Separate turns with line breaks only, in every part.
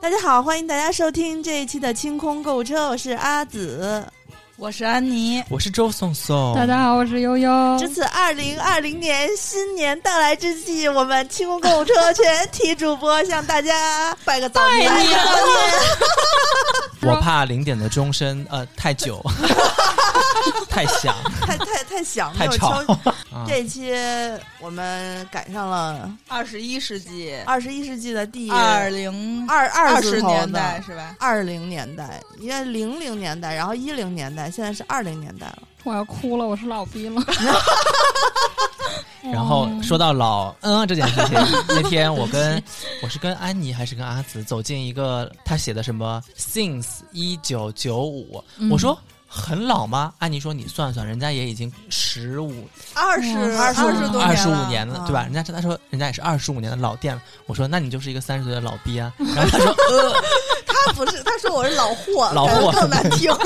大家好，欢迎大家收听这一期的清空购物车，我是阿紫。
我是安妮，
我是周颂颂，
大家好，我是悠悠。
这次二零二零年新年到来之际，我们清空购物车全体主播向大家拜个早年。
我怕零点的钟声呃太久，太响
太太太响，没
太
有
吵
敲。
啊，
这一期我们赶上了
二十一世纪
二十一世纪的第
二零
二
二
二
十
字头
年
的
代是吧？
二零年代，因为零零年代，然后一零年代，现在是二零年代了。
我要哭了，我是老 逼了。
然后
嗯
说到老嗯这件事情，那天我跟我是跟安妮还是跟阿紫走进一个他写的什么 since 一九九五，我说很老吗？安妮说你算算，人家也已经十五
二十
哇
二
25
十
多
多
二十五
了
年了
啊，
对吧？人家他说人家也是二十五年的老店了。我说那你就是一个三十岁的老逼啊。然后他说呃，
他 不是，他说我是老货，
老货
感觉更难听。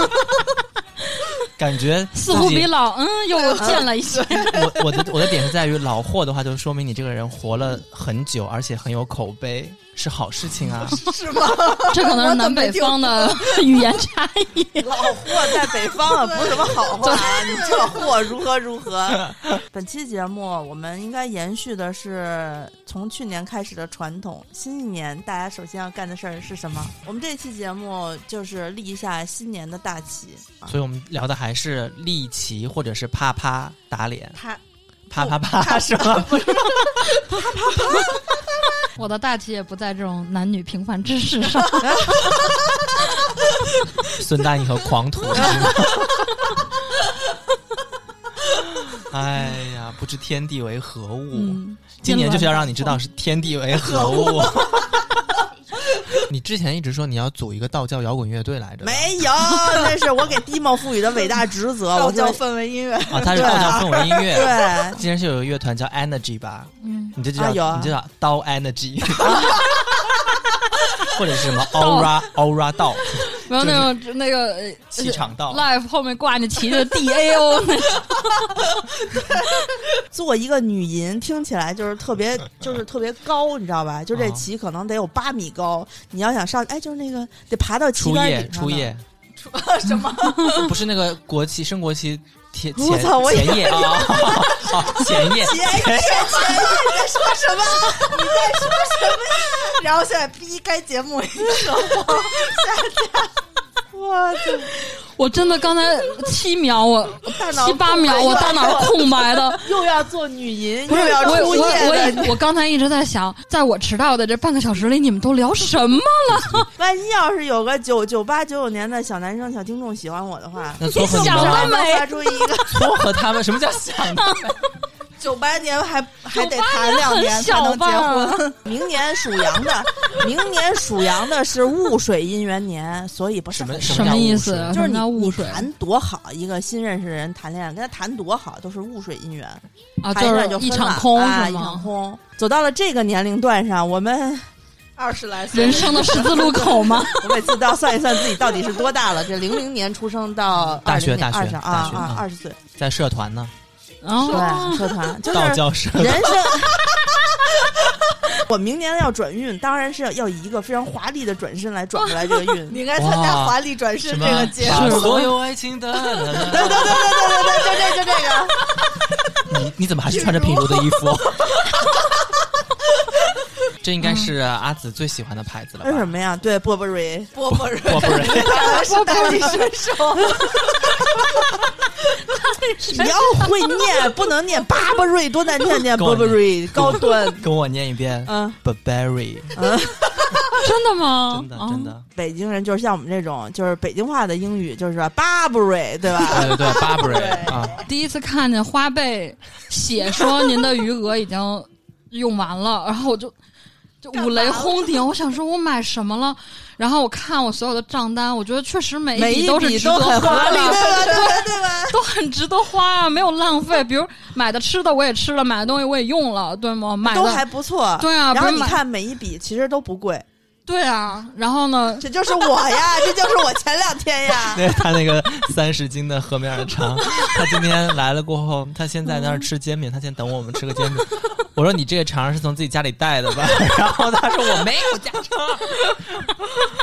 感觉
似乎
自己
比老嗯又见了一些。
我我的我的点是在于老货的话，就说明你这个人活了很久，而且很有口碑，是好事情 啊。
是吗？
这可能是南北方的语言差异。
老货在北方啊，不是什么好话啊！你这货如何如何？本期节目我们应该延续的是从去年开始的传统，新一年大家首先要干的事儿是什么？我们这期节目就是立一下新年的大旗啊！
所以我们聊的还是利奇或者是啪啪打脸，
他
啪啪哦啪什么？
我的大旗也不在这种男女平凡之事上。
孙大妮和狂徒。是吗 哎呀，不知天地为何物。
嗯，
今年就是要让你知道是天地为何物。 你之前一直说你要组一个道教摇滚乐队来着，
没有，那是我给 Dimo 赋予的伟大职责。我
道
就
教氛围音乐，
啊？它是道教氛围音乐。
对，
今哎天是有个乐团叫 Energy 吧？
嗯，
你这就叫、
啊有啊
你这叫刀 energy，或者是什么 aura aura 道
没有那种那个呃
气场道。
live 后面挂着旗的 D A O 那
做一个女银听起来就是特别，就是特别高，你知道吧？就这
啊
旗可能得有八米高，你要想上，哎，就是那个得爬到旗
初
杆
夜
顶上
初
的。
夜，
什么？
不是那个国旗升国旗前
我
前
操我以
前夜啊，哦前夜
前夜前夜，你在说什么？你在说什么呀？ 然后现在逼该节目一 个我下架。
我真的刚才七秒我
我大脑
七八秒我大脑是空白 的。
又要做女银，
不是
又要
我
出
我我
夜的，
也我刚才一直在想，在我迟到的这半个小时里，你们都聊什么？
万一要是有个九九八九九年的小男生小听众喜欢我的话，
那撮合你
想
们
得
还
吗？
能发出一个。
撮合他们什么叫想的？
九八年还还得谈两年才能结
98
婚。 明年属羊 的，明年属羊的是戊水姻缘年，所以不是
什
很
么
顺
什么意思啊？
什么叫物
就是
什么
你
叫
你
雾水
谈多好，一个新认识的人谈恋爱，跟他谈多好，都是戊水姻缘，
啊，
谈一段
是
分
一
了
场空
啊，
是
一场
吗？
空。走到了这个年龄段上，我们
二十来岁
人生的十字路口吗？
我每次都要算一算自己到底是多大了。这零零年出生到
大学
20年
大学
20啊
大学
啊
嗯
二十岁，
在社团呢，
哦
对，社团就是
道教社。
人生。我明年要转运，当然是要以一个非常华丽的转身来转过来这个运。
你
对
应该参加
哇
华丽转身
什
这
么
个节
把
目。
所有爱情
对对
的，
对对对对，就这就这个。
你你怎么还是穿着品如的衣服？这应该是阿紫最喜欢的牌子了吧？
为什么呀？对，Burberry。
波波人
我不是。
是大力水手，
你要会念，不能念 Burberry，多难听！念
跟我
Burberry 高端。
跟我念一遍。
嗯，
Burberry，
真的吗？
真的真的，
北京人就是像我们这种，就是北京话的英语，就是说 Burberry，对吧？
对对对，Burberry
哦
啊，
第一次看见花呗写说您的余额已经用完了，然后我就就五雷轰顶，我想说我买什么了，然后我看我所有的账单，我觉得确实每
每
笔
一
都是
笔
值
都
得
很
花
华丽，
的。
对吧？对吧？对吧？
都很值得花啊，没有浪费。比如买的吃的我也吃了，买的东西我也用了，对吗？买
都
的
还不错。
对啊
然后
不是
你
买
看每一笔其实都不贵，
对啊，然后呢，
这就是我呀，这就是我前两天 呀。
那是他那个三十斤的河面的肠，他今天来了过后，他现在
嗯
在那儿吃煎饼，他先等我们吃个煎饼。我说你这个肠是从自己家里带的吧？ 然后他说我没有家肠。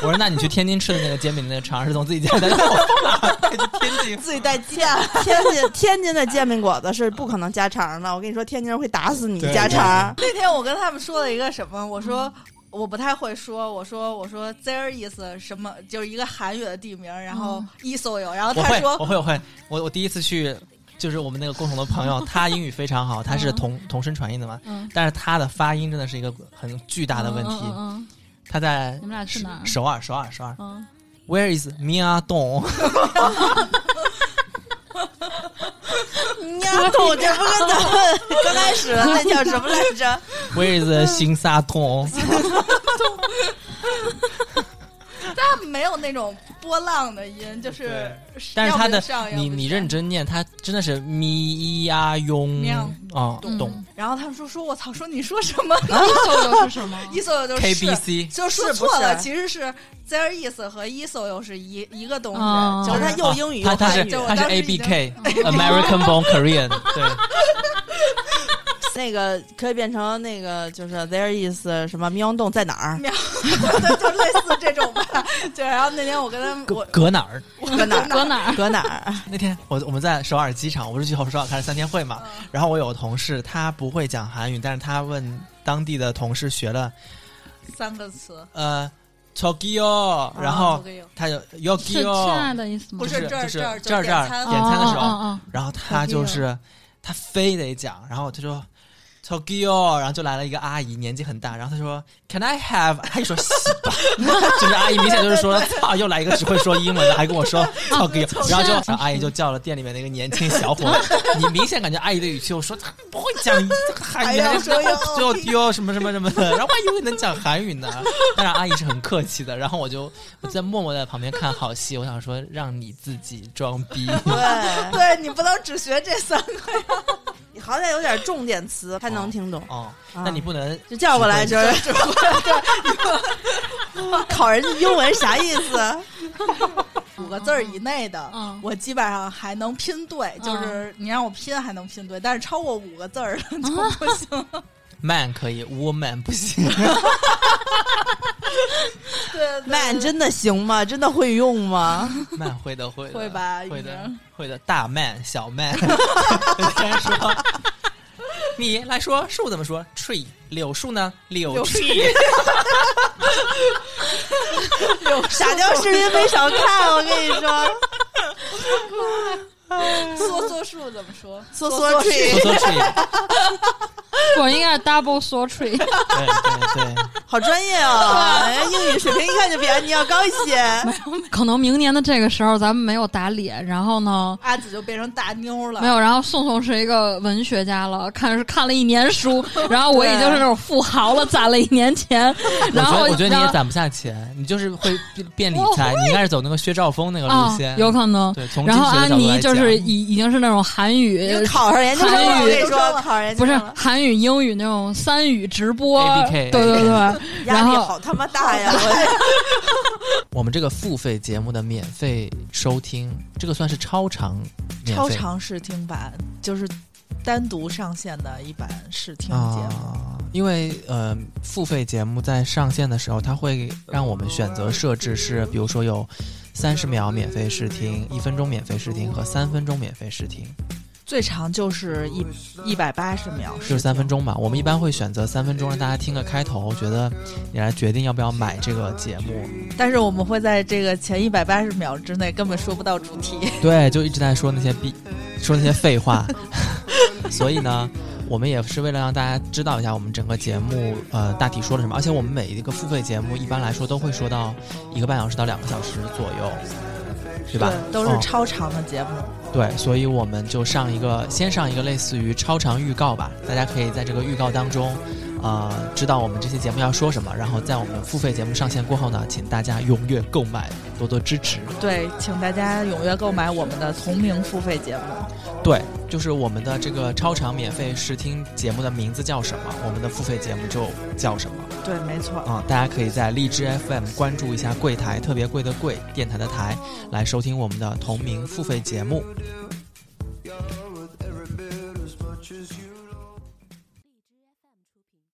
我说那你去天津吃的那个煎饼那个肠是从自己家里带的，我放哪儿 带去天津？
自己带煎，天津天津的煎饼果子是不可能加肠的。我跟你说，天津人会打死你
对
加肠。
那天我跟他们说了一个什么，我说。我不太会说，我说我说 there is 什么，就是一个韩语的地名，然后 isoyo，然后
我
他
会，我
说
会，我会。我我第一次去，就是我们那个共同的朋友，他英语非常好，他是同同声传译的嘛
嗯，
但是他的发音真的是一个很巨大的问题。
嗯 嗯
他在
你们俩去哪儿
首尔，首尔，首尔。
嗯
Where is Mia Dong？
丫头，这不跟咱们 刚开 始的那叫什么来着？
Where is 新沙通？
他没有那种波浪的音，就是
但是
要
他
不
的
上要
你
不
你
下
认真念，他真的是咪呀雍
喵
啊，
嗯，
懂
然后他们说说我操，说你说什么
iso 又是什么？
？isoyo 哦就
啊
是
K B C
就说
是不
错了，
是
其实是 their is 和 isoyo 是一一个东西，
哦
就是
他
它
又英语
他
又
他
韩
是
语
就。我
他是
当时
A
已
B
经
K American Born Korean，对，
那个可以变成那个就是 there is 什么喵洞在哪儿？
就类似这种吧。就然后那天我跟他们，
搁
我
搁哪儿？
搁哪 儿？
搁哪儿？
搁哪儿？
那天我我们在首尔机场，我不是去首尔开了三天会嘛，
嗯
然后我有个同事他不会讲韩语，但是他问当地的同事学了
三个词，
呃 Tokyo，然后
这个有
他就是
亲爱
Yokyo，
的意思吗？
哦不
是
是这儿
就是
这
这儿
儿就
这儿
点餐
点餐的时
哦
候
哦哦
然后他就是他非得讲，然后他说 Tokyo，然后就来了一个阿姨，年纪很大，然后他说 Can I have？阿姨说洗吧， 就是阿姨明显就是说操，又来一个只会说英文的，还跟我说
哦
Tokyo，然后就然后阿姨就叫了店里面那个年轻小伙， 你明显感觉阿姨的语气，我说他不会讲韩语，
还要
还
哎
说
说哟
就丢什么什么什么的，然后我还以为能讲韩语呢，当然阿姨是很客气的，然后我就我在默默在旁边看好戏，我想说让你自己装逼。
对，
对你不能只学这三个，
你好歹有点重点词，他能听懂。
哦，
啊
那你不能
就叫过来
只
就是 考人家英文啥意 思？
五个字儿以内的。
嗯
我基本上还能拼对，就是你让我拼还能拼对，但是超过五个字 儿的就不行。
man 可以，woman 不行。
对对
慢真的行吗？真的会用吗？
man 会的，会的，
会吧
会
已
的
经，
会的。大 man、小 man，先说。你来说树怎么说？tree。柳树呢？柳
柳
树。
傻雕视频没少看，我跟你说，
缩缩数怎么说？
缩缩
说
tree，
说 tree。
我应该是 double sorry，
对对对，
好专业 哦！人家英语水平一看就比安妮要高一些。
可能明年的这个时候咱们没有打脸，然后呢，
阿紫就变成大妞了。
没有，然后宋宋是一个文学家了，看是看了一年 书，然后我已经是那种富豪了，攒了一年钱，
我
然
觉
后
得我觉得你
然后
也攒不下钱，你就是会变变理
我
财，你应该是走那个薛兆丰那个
啊
路线。
有可能。
对，从
然后
经济学的
安
角度
妮
来
就是
讲
已已经是那种韩语
你，考上研究生了，
韩语
我跟你说，考上研
不
究
是
生了，
韩语、英语那种三语直播
ABK
对对 对，
压
然
力
后
好他妈大 呀！我
我们这个付费节目的免费收听，这个算是超长免
超
费
长试听版就是单独上线的一版试听节目。
啊，因为呃，付费节目在上线的时候，它会让我们选择设置是，比如说有三十秒免费试听、一分钟免费试听和三分钟免费试听，
最长就是一一百八十秒，
就是三分钟嘛。我们一般会选择三分钟，让大家听个开头，觉得你来决定要不要买这个节目。
但是我们会在这个前一百八十秒之内根本说不到主题。
对，就一直在说那些逼，说那些废话。 所以呢，我们也是为了让大家知道一下我们整个节目呃大体说了什么，而且我们每一个付费节目一般来说都会说到一个半小时到两个小时左右，对吧？
都是
嗯
超长的节目。
对，所以我们就上一个，先上一个类似于超长预告吧，大家可以在这个预告当中，呃，知道我们这期节目要说什么，然后在我们付费节目上线过后呢，请大家踊跃购买，多多支持。
对，请大家踊跃购买我们的同名付费节目。
对，就是我们的这个超长免费试听节目的名字叫什么，我们的付费节目就叫什么
对，没错。
啊、大家可以在荔枝 FM 关注一下柜台，特别贵的贵，电台的台，来收听我们的同名付费节目。
You're worth every bit as much as you know.